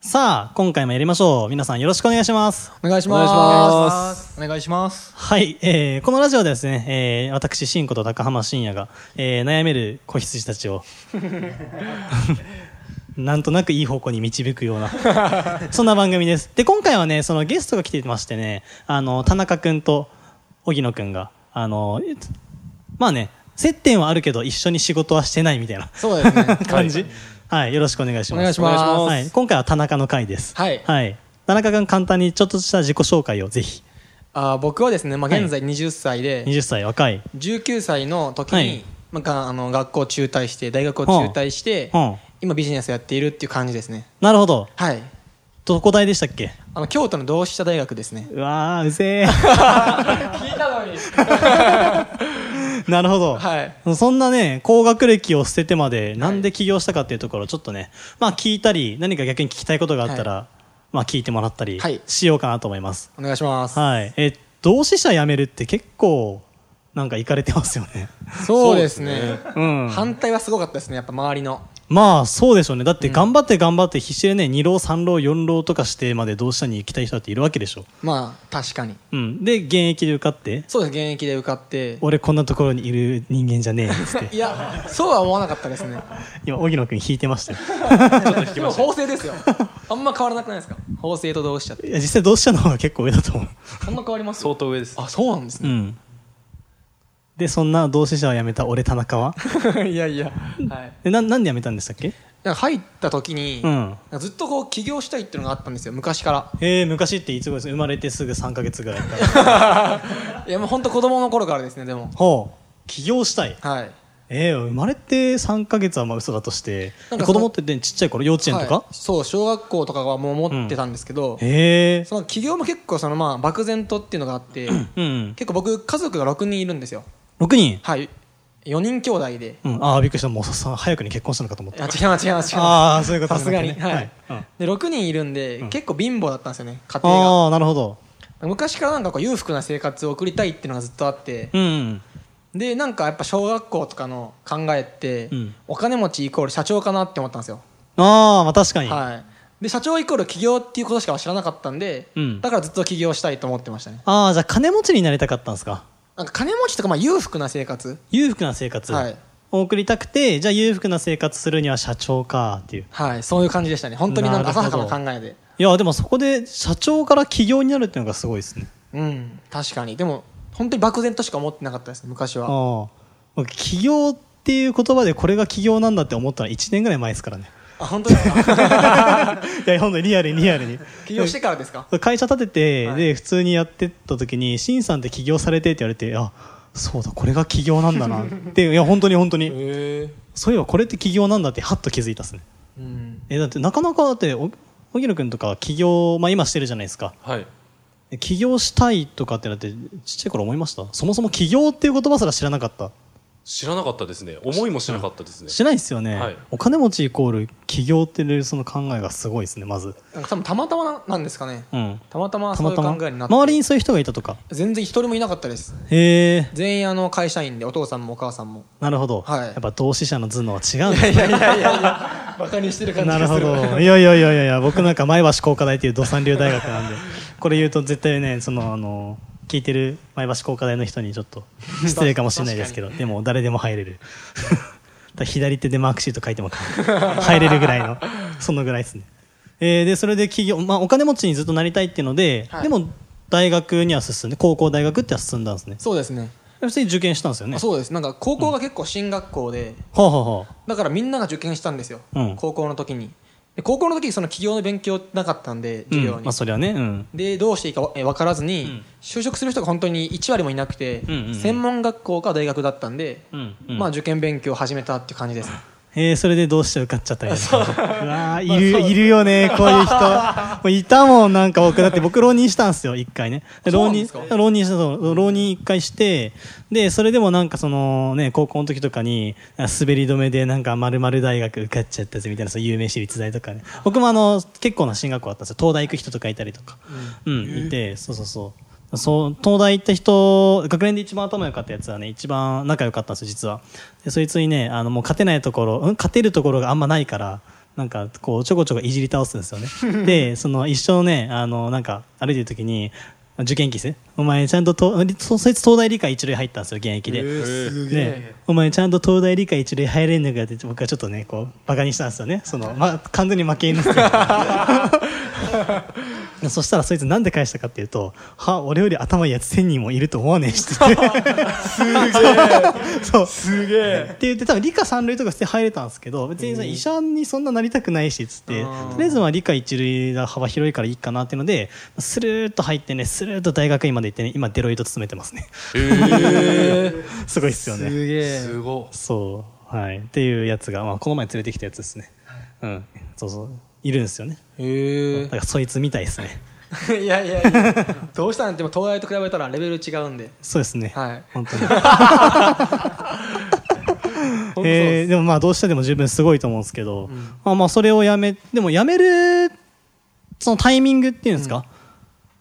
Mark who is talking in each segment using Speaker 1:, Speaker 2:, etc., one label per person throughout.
Speaker 1: さあ、今回もやりましょう。皆さんよろしくお願いします。
Speaker 2: お願いします。お願いします。
Speaker 1: はい、えー、このラジオではですね、えー、私、新子と高浜深也が、えー、悩める子羊たちを、 なんとなくいい方向に導くような、そんな番組です。で、今回はね、そのゲストが来てましてね、あの、田中くんと荻野くんが、あの、まあね、接点はあるけど一緒に仕事はしてないみたいな
Speaker 2: そうです ね
Speaker 1: 感じ。はい、よろしくお願いします。
Speaker 2: お願いします
Speaker 1: はい、今回は田中の回です。
Speaker 2: はい
Speaker 1: 田中君簡単にちょっとした自己紹介をぜひ。
Speaker 2: あー僕はですね、まあ、
Speaker 1: はい
Speaker 2: 現在20歳で、
Speaker 1: 20歳若い。
Speaker 2: 19歳の時に、
Speaker 1: はい
Speaker 2: まあが、あの学校を中退して大学を中退して、
Speaker 1: うん。
Speaker 2: 今ビジネスやっているっていう感じですね
Speaker 1: なるほど。
Speaker 2: はい
Speaker 1: どこ大でしたっけ
Speaker 2: あの京都の同志社大学ですね
Speaker 1: うわー、うぜ
Speaker 2: 聞いたのに
Speaker 1: ー。 なるほど。
Speaker 2: はい
Speaker 1: そんなね、高学歴を捨ててまで、なんで起業したかっていうところ、ちょっとね、まあ聞いたり、何か逆に聞きたいことがあったら、まあ聞いてもらったり
Speaker 2: はい、
Speaker 1: しようかなと思います。
Speaker 2: お願いします
Speaker 1: はい。え、同志社辞めるって結構、なんか行かれてますよね。
Speaker 2: そうですね
Speaker 1: うん。
Speaker 2: 反対はすごかったですねやっぱ周りの
Speaker 1: まあそうでしょうねだって頑張って頑張って必死でね2浪3浪4浪とかしてまで同志社に行きたい人だっているわけでしょ、
Speaker 2: まあ確かに
Speaker 1: うん、で現役で受かって
Speaker 2: そうです現役で受かって
Speaker 1: 俺こんなところにいる人間じゃねえっつっ て
Speaker 2: いやそうは思わなかったですね
Speaker 1: 今荻野君引いてましたよ
Speaker 2: でも法制です よあんま変わらなくないですか法制と同志社って
Speaker 1: いや実際同志社の方が結構上だと思う
Speaker 2: そんな変わります
Speaker 3: 相当上です
Speaker 2: あそうなんです
Speaker 1: う
Speaker 2: ね
Speaker 1: んでそんな同志社を辞めた俺田中は
Speaker 2: いやいやはい
Speaker 1: でななんで辞めたんでしたっけ
Speaker 2: なんか入った時に、
Speaker 1: う
Speaker 2: なん
Speaker 1: ん
Speaker 2: かずっとこう起業したいっていうのがあったんですよ昔か
Speaker 1: えー、昔っていつごです生まれてすぐ3か月ぐらいから
Speaker 2: らいやもうほんと子供の頃からですねでも
Speaker 1: ほう起業したい
Speaker 2: はい
Speaker 1: えー、生まれて3か月はまあ嘘だとして
Speaker 2: なん
Speaker 1: 子
Speaker 2: かその
Speaker 1: 供って、ね、ちっちゃい頃幼稚園とか、
Speaker 2: はいそう小学校とかはもう持ってたんですけど、
Speaker 1: へえ
Speaker 2: その起業も結構そのまあ漠然とっていうのがあ って
Speaker 1: うん
Speaker 2: 結構僕家族が6人いるんですよ
Speaker 1: 6人
Speaker 2: はい4人兄弟で
Speaker 1: うんああびっくりしたもうささ早くに結婚したのかと思っ
Speaker 2: い
Speaker 1: た
Speaker 2: や違う違う違う
Speaker 1: ああそういうこと
Speaker 2: さすがに
Speaker 1: ね
Speaker 2: はい
Speaker 1: うん
Speaker 2: で6人いるんで、結構貧乏だったんですよね家庭
Speaker 1: ああなるほど
Speaker 2: が昔からなんかこう裕福な生活を送りたいっていうのがずっとあって、
Speaker 1: うんうん
Speaker 2: でなんかやっぱ小学校とかの考えって、
Speaker 1: うん
Speaker 2: お金持ちイコール社長かなって思ったんですよ、
Speaker 1: ああまあ確かにあ
Speaker 2: はいで社長イコール起業っていうことしか知らなかったんで、
Speaker 1: うん
Speaker 2: だからずっと起業したいと思ってましたね
Speaker 1: あじゃあ金持ちになりたかったんですか
Speaker 2: なんか金持ちとかまあ裕福な生活
Speaker 1: 裕福な生活
Speaker 2: はい
Speaker 1: を送りたくてじゃあ裕福な生活するには社長かっていう
Speaker 2: はいそういう感じでしたね本当になんか
Speaker 1: な
Speaker 2: 浅
Speaker 1: る
Speaker 2: は
Speaker 1: ほ
Speaker 2: か
Speaker 1: ど
Speaker 2: な考えで
Speaker 1: いやでもそこで社長から起業になるっていうのがすごいですね
Speaker 2: うん確かにでも本当に漠然としか思ってなかったです昔
Speaker 1: あ
Speaker 2: は
Speaker 1: あ僕起業っていう言葉でこれが起業なんだって思ったのは1年ぐらい前です からね
Speaker 2: あ本当ですか
Speaker 1: いや本当にリアルにリアルに
Speaker 2: 起業してからですか
Speaker 1: 会社立てて、
Speaker 2: はい
Speaker 1: で普通にやってった時に「しんさんって起業されて」って言われて「あそうだこれが起業なんだな」っていや本当に本当に
Speaker 2: へえ
Speaker 1: そういえばこれって起業なんだってハッと気づいたっすね
Speaker 2: うん
Speaker 1: えだってなかなかだってお荻野君とか起業、まあ、今してるじゃないですか
Speaker 3: はい
Speaker 1: え起業したいとかってなってちっちゃい頃思いましたそもそも起業っていう言葉すら知らなかった
Speaker 3: 知らなかったですね思いもしなかったですね
Speaker 1: 知らないですよね、
Speaker 3: はい
Speaker 1: お金持ちイコール起業っていうその考えがすごいですねまず
Speaker 2: なんか多分たまたまななんですかね
Speaker 1: うん
Speaker 2: たまたま
Speaker 1: た
Speaker 2: そう
Speaker 1: ま
Speaker 2: いう
Speaker 1: たま
Speaker 2: 考えになって
Speaker 1: 周りにそういう人がいたとか
Speaker 2: 全然一人もいなかったです
Speaker 1: へえ
Speaker 2: 全員あの会社員でお父さんもお母さんも
Speaker 1: なるほど、
Speaker 2: はい
Speaker 1: やっぱ同志社の頭脳は違うんだ
Speaker 2: いやいやいやいやバカにしてる感じ
Speaker 1: なる
Speaker 2: が
Speaker 1: ほ
Speaker 2: する
Speaker 1: ど。いやいやいやいやいや、僕なんか前橋工科大っていう土産流大学 なんで、これ言うと絶対ね、その、あの、聞いてる前橋工科大の人にちょっ と失礼かもしれないですけど、でも誰でも入れる。 だから左手でマークシート書いても入れるぐらい の、そのぐらいですね。えーで、それで企業、まあお金持ちにずっとなりたいっていうので、
Speaker 2: はい
Speaker 1: でも大学には進んで、高校大学っては進んだんですね。
Speaker 2: そうですね
Speaker 1: 普通に受験したんですよね。
Speaker 2: あ
Speaker 1: う。
Speaker 2: そうですなんか高校が結構進学校で
Speaker 1: ほうほうほう。
Speaker 2: だからみんなが受験したんですよ、
Speaker 1: うん
Speaker 2: 高校の時にで高校の時その企業の勉強なかったんで授業に、
Speaker 1: うん、まあそれはね、うん。
Speaker 2: でどうしていいかわえ分からずに、
Speaker 1: ん
Speaker 2: 就職する人が本当に1割もいなくて、
Speaker 1: うんうんうん
Speaker 2: 専門学校か大学だったんで、
Speaker 1: うん、うん。
Speaker 2: まあ受験勉強を始めたっていう感じです、
Speaker 1: へえーそれでどうして受かっちゃったみたい な。うわーいる、いるよね、こういう人。もういたもん、なんか僕。だって僕、浪人したんですよ、一回ね。で
Speaker 2: そ
Speaker 1: 浪
Speaker 2: うなんで
Speaker 1: 人
Speaker 2: すか、
Speaker 1: 浪人したそう浪人一回して、で、それでもなんかそのね、高校の時とかに、滑り止めでなんか〇〇大学受かっちゃったぜみたいな、そういう有名私立大とかね。僕もあの、結構な進学校あったんですよ。東大行く人とかいたりとか。うん、いて、そうそうそう。そう、東大行った人、学年で一番頭良かったやつはね、一番仲良かったんですよ、実は。で、そいつにね、あの、もう勝てないところ、うん、勝てるところがあんまないから、なんか、こう、ちょこちょこいじり倒すんですよ ね。で、その、一緒ね、あの、なんか、歩いてる時に、受験期ですね。お前、ちゃんとと、そそいつ東大理科一類入ったんですよ、現役で。
Speaker 2: すげ
Speaker 1: ね
Speaker 2: え、
Speaker 1: お前ちゃんと東大理科一類入れんのかって僕はちょっとねこうバカにしたんですよねその、ま、完全に負け犬です よそしたらそいつなんで返したかっていうと「は俺より頭いいやつ1000人もいると思わねえし」って言ってそう
Speaker 2: すげ
Speaker 1: っ
Speaker 2: え
Speaker 1: て言って多分理科三類とかして入れたんですけど別にその医者にそんななりたくないしっつって
Speaker 2: うん
Speaker 1: とりあえずまあ理科一類が幅広いからいいかなっていうのでスルーッと入ってねスルーッと大学院まで行ってね今デロイト勤めてますねすごいっすよね
Speaker 2: すげえ
Speaker 3: すご
Speaker 1: そう、はい。っていうやつが、まあ、この前連れてきたやつですね。うん。そうそう。いるんですよね。
Speaker 2: へ
Speaker 1: だから、そいつみたいですね。
Speaker 2: え いやいやいやどうしたんでも東大と比べたらレベル違うんで
Speaker 1: そうですね。
Speaker 2: はい
Speaker 1: 本当に。え
Speaker 2: 本当そう
Speaker 1: ー
Speaker 2: です
Speaker 1: でもまあ、どうしてでも十分すごいと思うんですけど、
Speaker 2: ん
Speaker 1: まあまあ、それをやめ、でもやめる、そのタイミングっていうんですか、っ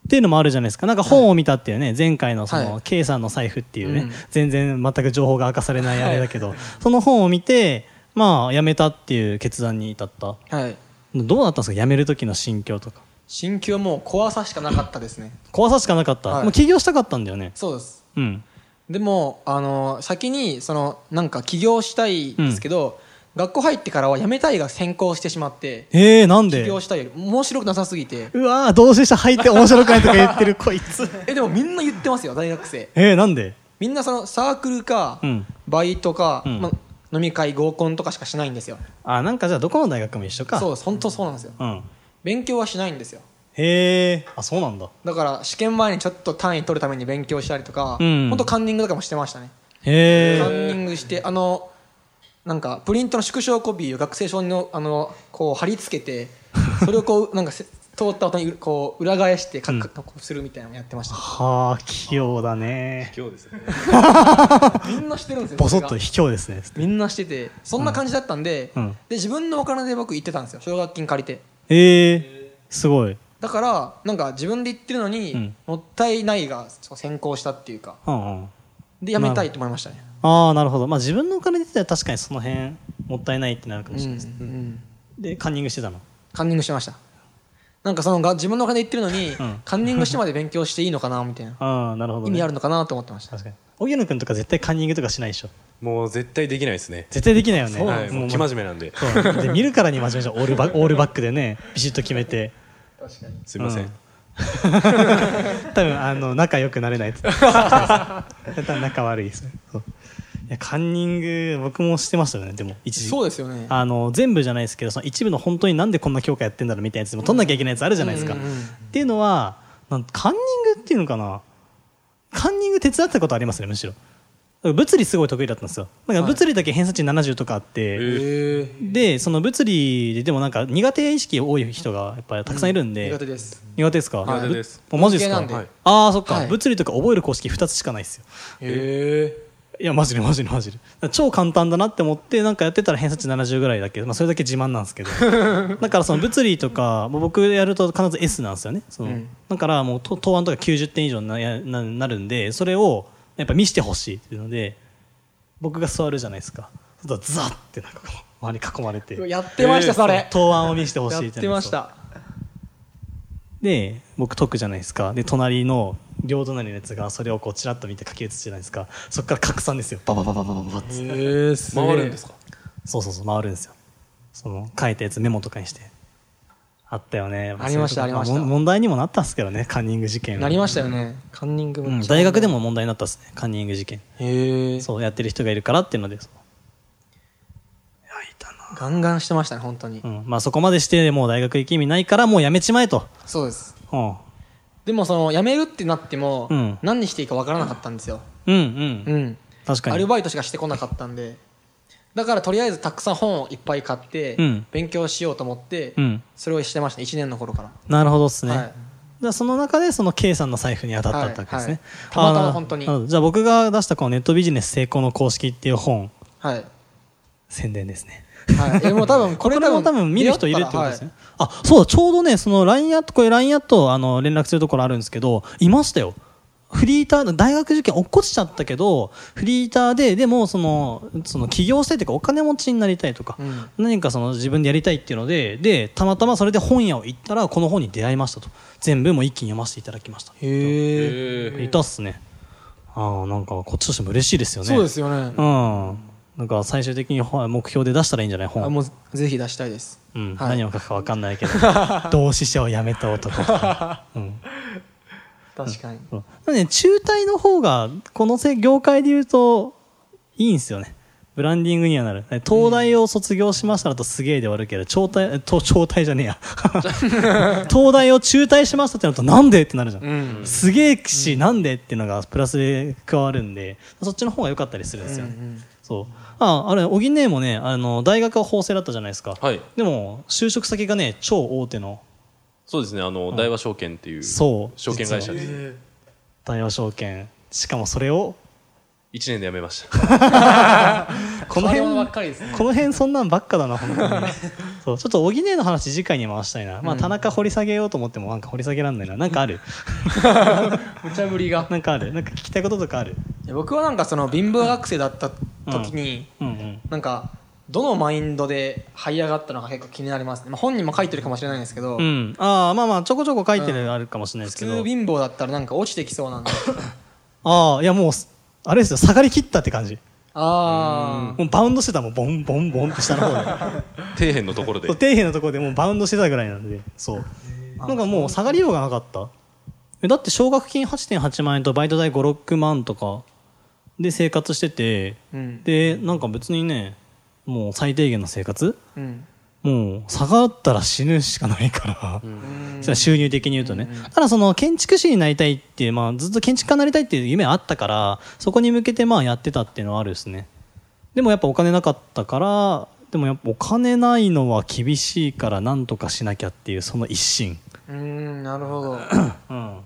Speaker 1: ていうのもあるじゃないですか。なんか本を見たっていうね、前回のそ
Speaker 2: は
Speaker 1: の、
Speaker 2: い
Speaker 1: K さんの財布っていうね、
Speaker 2: うん
Speaker 1: 全然全く情報が明かされないあれだけど、その本を見て、まあ、辞めたっていう決断に至った。
Speaker 2: はい
Speaker 1: どうだったんですか辞める時の心境とか。
Speaker 2: 心境はもう怖さしかなかったですね
Speaker 1: 怖さしかなかった、
Speaker 2: はい
Speaker 1: もう起業したかったんだよね
Speaker 2: そうです
Speaker 1: うん
Speaker 2: でもあの先にそのなんか起業したいんですけど、学校入ってからは辞めたいが先行してしまって
Speaker 1: えー、なん
Speaker 2: 起
Speaker 1: で
Speaker 2: 業したいより面白くなさすぎて
Speaker 1: うわーどうせした入って面白くないとか言ってるこい つ
Speaker 2: えでもみんな言ってますよ大学生
Speaker 1: えー、なんで
Speaker 2: みんなそのサークルか、
Speaker 1: うん
Speaker 2: バイトか、
Speaker 1: うん
Speaker 2: ま、飲み会合コンとかしかしないんですよ
Speaker 1: あなんかじゃあどこの大学も一緒か
Speaker 2: そうです本当そうなんですよ
Speaker 1: うん
Speaker 2: 勉強はしないんですよ
Speaker 1: へえあそうなんだ
Speaker 2: だから試験前にちょっと単位取るために勉強したりとか、
Speaker 1: うん
Speaker 2: 本当カンニングとかもしてましたね、
Speaker 1: へ
Speaker 2: カ
Speaker 1: え
Speaker 2: ンニングしてあのなんかプリントの縮小コピーを学生証のあのこう貼り付 けてそれをこうなんかせ通った後にこう裏返してカッカッこうするみたいなのやってました、
Speaker 1: はあ器用だね
Speaker 3: 今日ですね
Speaker 2: みんなしてるんですよ
Speaker 1: ボソッ
Speaker 2: そ
Speaker 1: と
Speaker 2: れが
Speaker 1: 卑怯ですね
Speaker 2: みんなしててそんな感じだったんで,、
Speaker 1: うんうん
Speaker 2: で自分のお金で僕行ってたんですよ奨学金借りて
Speaker 1: えー、すごい
Speaker 2: だからなんか自分で言ってるのに、
Speaker 1: うん
Speaker 2: もったいないが先行したっていうか
Speaker 1: うんうん
Speaker 2: でやめたいと思いましたね、
Speaker 1: ああなるほどまあ自分のお金で言ったら確かにその辺もったいないってなるかもしれないです、
Speaker 2: うんうん
Speaker 1: でカンニングしてたの
Speaker 2: カンニングしてましたなんかそのが自分のお金で言ってるのに、
Speaker 1: ん
Speaker 2: カンニングしてまで勉強していいのかなみたいな
Speaker 1: ああなるほど、
Speaker 2: 意
Speaker 1: ね、
Speaker 2: 味あるのかなと思ってました
Speaker 1: 確かに荻野君とか絶対カンニングとかしないでしょ
Speaker 3: もう絶対できないですね
Speaker 1: 絶対できないよね。
Speaker 3: はいもう生
Speaker 1: ま
Speaker 3: 真面目なんで
Speaker 1: そうで見るからに真面目じゃん。オール バック、オールバックでね、ビシッと決めて。
Speaker 3: すいませ
Speaker 1: うん
Speaker 3: ん
Speaker 1: 多分、あの、仲良くなれないやつ。多分仲悪いですね。そういや、カンニング、僕もしてましたよね、でも、一時期
Speaker 2: そうですよね
Speaker 1: あの、全部じゃないですけど、その一部の本当になんでこんな教科やってんだろうみたいなやつでも取んなきゃいけないやつあるじゃないですか。
Speaker 2: うんうんうん
Speaker 1: っていうのは、なんカンニングっていうのかな。カンニング手伝ってたことありますね、むしろ。物理すごい得意だったんですよ。だから物理だけ偏差値70とかあって、
Speaker 3: え
Speaker 2: え
Speaker 1: でその物理ででもなんか苦手意識多い人がやっぱりたくさんいるんで、
Speaker 2: 苦手です
Speaker 1: 苦手ですか
Speaker 3: 苦手です
Speaker 1: ぶマジですか
Speaker 2: 文系なんではい
Speaker 1: ああそっか、
Speaker 2: はい
Speaker 1: 物理とか覚える公式2つしかないですよ
Speaker 2: へえ
Speaker 1: いやマジでマジでマジでだから超簡単だなって思ってなんかやってたら偏差値70ぐらいだけど、まあ、それだけ自慢なんですけど だからその物理とかもう僕やると必ず S なんですよねその、
Speaker 2: うん
Speaker 1: だからもうと答案とか90点以上になやななるんでそれをやっぱ見してほしいっていうので僕が座るじゃないですかそうするとザッてなんかこう周り囲まれて
Speaker 2: やってましたそれ、
Speaker 1: 答案を見せてほしい
Speaker 2: や
Speaker 1: な
Speaker 2: っ
Speaker 1: んです
Speaker 2: て
Speaker 1: よ
Speaker 2: ました
Speaker 1: で僕解くじゃないですかで隣の両隣のやつがそれをこうチラッと見て書き写すじゃないですかそこから拡散ですよババババババババって
Speaker 2: えす
Speaker 3: 回るんですか
Speaker 1: そうそうそう回るんですよその書いたやつメモとかにしてあったよね
Speaker 2: ありました
Speaker 1: そういう
Speaker 2: あ
Speaker 1: こ
Speaker 2: りま
Speaker 1: と
Speaker 2: した
Speaker 1: も問題にもなったんですけどねカンニング事件は
Speaker 2: なりましたよねカンニング
Speaker 1: う
Speaker 2: も
Speaker 1: ん大学でも問題になったっすねカンニング事件
Speaker 2: へえ
Speaker 1: そうやってる人がいるからっていうのでそういやいたな
Speaker 2: ガンガンしてましたね本当に、
Speaker 1: うんまあそこまでしてもう大学行く意味ないからもうやめちまえと
Speaker 2: そうです
Speaker 1: うん
Speaker 2: でもその辞めるってなっても、
Speaker 1: うん
Speaker 2: 何にしていいかわからなかったんですよ、
Speaker 1: うんうん
Speaker 2: うん
Speaker 1: 確かに
Speaker 2: アルバイトしかしてこなかったんでだからとりあえずたくさん本をいっぱい買って、
Speaker 1: うん
Speaker 2: 勉強しようと思って、
Speaker 1: うん
Speaker 2: それをしてましたね1年の頃から、
Speaker 1: なるほどですね、
Speaker 2: はい
Speaker 1: じゃあその中でその K さんの財布に当たったってわけですね、
Speaker 2: はいはいたまたま
Speaker 1: あー
Speaker 2: 本当に
Speaker 1: なるほどじゃあ僕が出したこのネットビジネス成功の公式っていう本
Speaker 2: はい
Speaker 1: 宣伝ですね
Speaker 2: はい、えもう多分
Speaker 1: こ
Speaker 2: これ
Speaker 1: れも多分見る人いるってことですね
Speaker 2: は、
Speaker 1: あそうだちょうどねその LINE アットこれ LINE アットあの連絡するところあるんですけどいましたよフリーター大学受験落っこちちゃったけどフリーターででもそのその起業したいというかお金持ちになりたいとか、
Speaker 2: うん
Speaker 1: 何かその自分でやりたいっていうのででたまたまそれで本屋を行ったらこの本に出会いましたと全部もう一気に読ませていただきました
Speaker 2: いへえ、
Speaker 1: いたっすねああなんかこっちとしても嬉しいですよね
Speaker 2: そうですよね、
Speaker 1: うんなんか最終的にほ目標で出したらいいんじゃない本
Speaker 2: あもうぜひ出したいです
Speaker 1: うん
Speaker 2: はい
Speaker 1: 何を書くか分かん ないけど同志社を辞めた男、うん
Speaker 2: 確かに、
Speaker 1: そうでもね、中退の方がこのせ業界で言うといいんですよねブランディングにはなる東大を卒業しましただとすげえで終わるけど超退えと超退じゃねえや 東大を中退しましたってなるとなんでってなるじゃん、
Speaker 2: うん
Speaker 1: すげえし、なんでっていうのがプラスで加わるんでそっちの方が良かったりするんですよね、
Speaker 2: うん
Speaker 1: そうああれ小木姉もねあの大学は法政だったじゃないですか、
Speaker 4: はい
Speaker 1: でも就職先がね超大手の
Speaker 4: そうですねあの大和証券っていう
Speaker 1: そ
Speaker 4: 証
Speaker 1: う
Speaker 4: 券会社で1
Speaker 1: 大和証券しかもそれを
Speaker 4: 年で辞めました
Speaker 1: この辺
Speaker 2: 変わばっかりですね
Speaker 1: この辺そんなんばっかだな本 当にねそうちょっと小木姉の話次回に回したいな、まあ、
Speaker 2: うん
Speaker 1: 田中掘り下げようと思ってもなんか掘り下げらんないななんかあ る
Speaker 2: 無茶ぶりが
Speaker 1: なんかあるなんか聞きたいこととかある
Speaker 2: いや僕はなんかその貧乏学生だった時に、
Speaker 1: うんうん
Speaker 2: なんかどのマインドで這い上がったのか結構気になりますね、まあ、本にも書いてるかもしれないんですけど、
Speaker 1: うん、ああまあまあちょこちょこ書いてるあるかもしれないです
Speaker 2: 普
Speaker 1: けど、
Speaker 2: 通貧乏だったらなんか落ちてきそ うなんで
Speaker 1: ああいやもうあれですよ下がりきったって感じ
Speaker 2: ああ
Speaker 1: もうバウンドしてたもんボンボンボンって下の 方で
Speaker 4: 底辺のところで
Speaker 1: そう底辺のところでもうバウンドしてたぐらいなんでそうなんかもう下がりようがなかったえだって奨学金8.8万円とバイト代56万とかで生活してて
Speaker 2: うん
Speaker 1: でなんか別にねもう最低限の生活
Speaker 2: うん
Speaker 1: もう下がったら死ぬしかないから、
Speaker 2: うん
Speaker 1: それは収入的に言うとね、ただその建築士になりたいっていう、まあ、ずっと建築家になりたいっていう夢はあったからそこに向けてまあやってたっていうのはあるですねでもやっぱお金なかったからでもやっぱお金ないのは厳しいからなんとかしなきゃっていうその一心、
Speaker 2: うんなるほ ど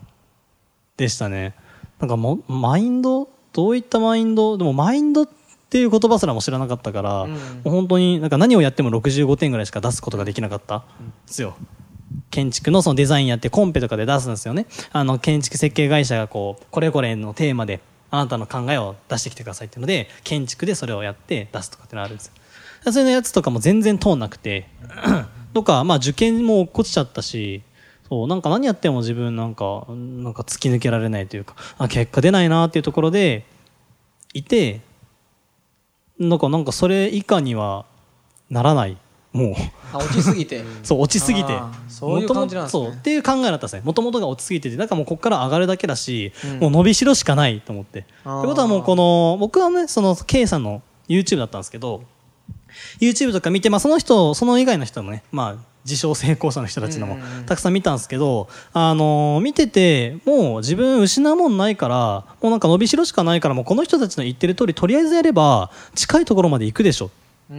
Speaker 1: でしたねなんかもマインドどういったマインドでもマインドっていう言葉すらも知らなかったから、
Speaker 2: うん
Speaker 1: もう本当になんか何をやっても65点ぐらいしか出すことができなかったんですよ、建築のそのデザインやってコンペとかで出すんですよねあの建築設計会社がこうこれこれのテーマであなたの考えを出してきてくださいっていうので建築でそれをやって出すとかってのあるんですよでそれのやつとかも全然通んなくてとか、まあ、受験も落っこちちゃったしそうなんか何やっても自分なんかなんか突き抜けられないというかあ結果出ないなっていうところでいてなんかなんかそれ以下にはならないもう。
Speaker 2: あ落ちすぎて
Speaker 1: そう落ちすぎて
Speaker 2: あーそういう感じなんです
Speaker 1: 元
Speaker 2: ね
Speaker 1: 々そうっていう考えだったんですねもともとが落ちすぎててだからもうここから上がるだけだし、
Speaker 2: うん
Speaker 1: もう伸びしろしかないと思ってって
Speaker 2: あー
Speaker 1: ことはもうこの僕はねその K さんの YouTube だったんですけど YouTube とか見て、まあ、その人その以外の人もね、まあ、自称成功者の人たちのも
Speaker 2: うんうんうん
Speaker 1: たくさん見たんですけど、あのー見ててもう自分失うもんないからもうなんか伸びしろしかないからもうこの人たちの言ってる通りとりあえずやれば近いところまで行くでしょっ
Speaker 2: うん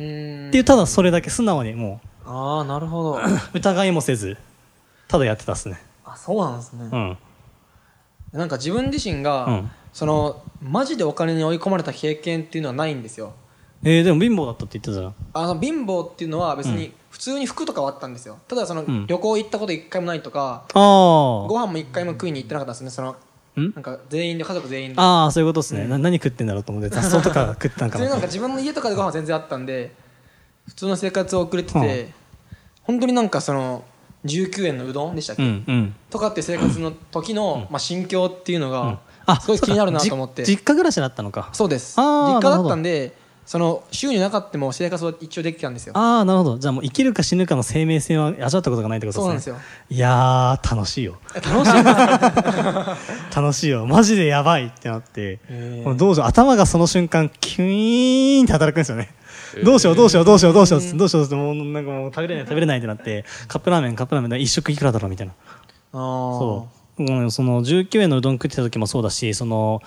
Speaker 1: ていうただそれだけ素直にもう
Speaker 2: ああなるほど
Speaker 1: 疑いもせずただやってたっすね
Speaker 2: あそうなんですね、
Speaker 1: うん
Speaker 2: なんか自分自身が、
Speaker 1: うん
Speaker 2: そのマジでお金に追い込まれた経験っていうのはないんですよ
Speaker 1: えーでも貧乏だったって言ってたじゃん
Speaker 2: あの貧乏っていうのは別に普通に服とかはあったんですよただその
Speaker 1: ん
Speaker 2: 旅行行ったこと一回もないとか、
Speaker 1: あ
Speaker 2: ご飯も一回も食いに行ってなかったんですねその
Speaker 1: あん
Speaker 2: なんか全員で家族全員で
Speaker 1: ああそういうことっすね、な何食ってんだろうと思って雑草とか食ってたん
Speaker 2: 普
Speaker 1: か
Speaker 2: 通になん
Speaker 1: な
Speaker 2: か自分の家とかでご飯は全然あったんで普通の生活を送れてて、
Speaker 1: うん
Speaker 2: 本当になんかその19円のうどんでしたっけ、
Speaker 1: うんうん
Speaker 2: とかっていう生活の時の、まあ、心境っていうのが、
Speaker 1: あ
Speaker 2: すごい気になるなと思っ
Speaker 1: そ
Speaker 2: て
Speaker 1: うかじ実家暮らしだったのか
Speaker 2: そうです
Speaker 1: あー
Speaker 2: 実家
Speaker 1: なる
Speaker 2: だ
Speaker 1: ほど
Speaker 2: ったんでその週になかっても生活は一応できたんですよ
Speaker 1: ああなるほどじゃあもう生きるか死ぬかの生命線は味わったことがないってことですね
Speaker 2: そうなんですよ
Speaker 1: いやー楽しいよ
Speaker 2: 楽しいです
Speaker 1: 楽しいよマジでやばいってなって
Speaker 2: へー
Speaker 1: もうどうしよう頭がその瞬間キュイーンって働くんですよねどうしようどうしようどうしようどうしようっつってどうしようっつってもうなんかもう食べれない食べれないってなってカップラーメンカップラーメンだ一食いくらだろうみたいな
Speaker 2: あー
Speaker 1: そう、うん、その19円のうどん食ってた時もそうだしその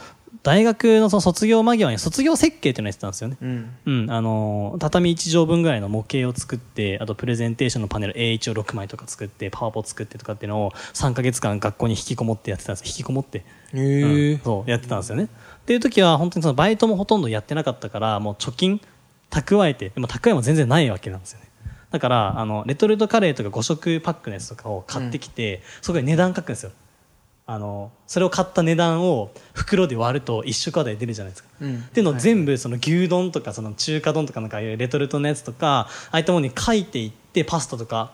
Speaker 1: 大学のその卒業間際に卒業設計っていうのをやってたんですよね。
Speaker 2: うん
Speaker 1: うん、あの畳1畳分ぐらいの模型を作ってあとプレゼンテーションのパネル A1 を6枚とか作ってパワポ作ってとかっていうのを3か月間学校に引きこもってやってたんです引きこもって、
Speaker 2: へ
Speaker 1: うん
Speaker 2: え
Speaker 1: そうやってたんですよねっていう時は本当にそのバイトもほとんどやってなかったからもう貯金蓄えてでも蓄えも全然ないわけなんですよねだからあのレトルトカレーとか5食パックのやつとかを買ってきて、そこで値段書くんですよあのそれを買った値段を袋で割ると1食あたり出るじゃないですか
Speaker 2: うん
Speaker 1: っていうのを全部その牛丼とかその中華丼とかなんかああいうレトルトのやつとかああいったものに書いていってパスタとか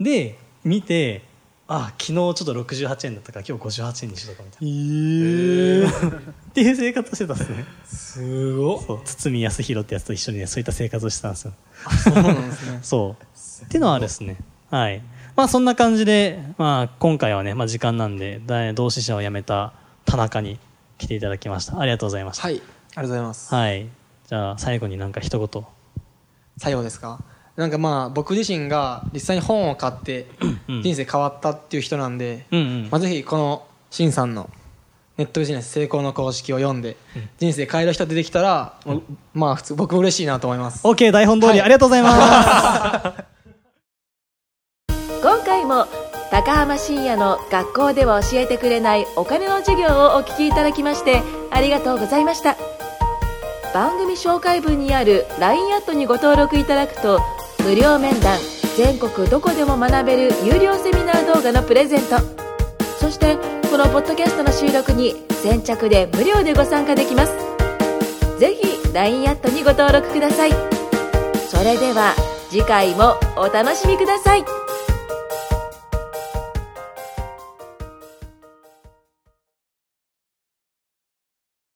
Speaker 1: で見てあ昨日ちょっと68円だったから今日58円にしとこうみたいな。っていう生活をしてたんですね
Speaker 2: すご
Speaker 1: そう堤康弘ってやつと一緒にねそういった生活をしてたんですよ
Speaker 2: そうなんですね
Speaker 1: そうっていうのはあるですねはいまあそんな感じで、まあ、今回はね、まあ、時間なんでだ同志社を辞めた田中に来ていただきましたありがとうございました
Speaker 2: はいありがとうございます
Speaker 1: はい。じゃあ最後になんか一言。
Speaker 2: 最後ですかなんかまあ僕自身が実際に本を買って
Speaker 1: うん
Speaker 2: 人生変わったっていう人なんで、
Speaker 1: うんうん
Speaker 2: まあ、ぜひこのしんさんのネットビジネス成功の公式を読んで人生変える人出てきたら、まあ普通僕も嬉しいなと思います
Speaker 1: OK、台本通り、ありがとうございます。
Speaker 5: 今回も高浜深也の学校では教えてくれないお金の授業をお聞きいただきましてありがとうございました番組紹介文にある LINE アットにご登録いただくと無料面談全国どこでも学べる有料セミナー動画のプレゼントそしてこのポッドキャストの収録に先着で無料でご参加できますぜひ LINE アットにご登録くださいそれでは次回もお楽しみください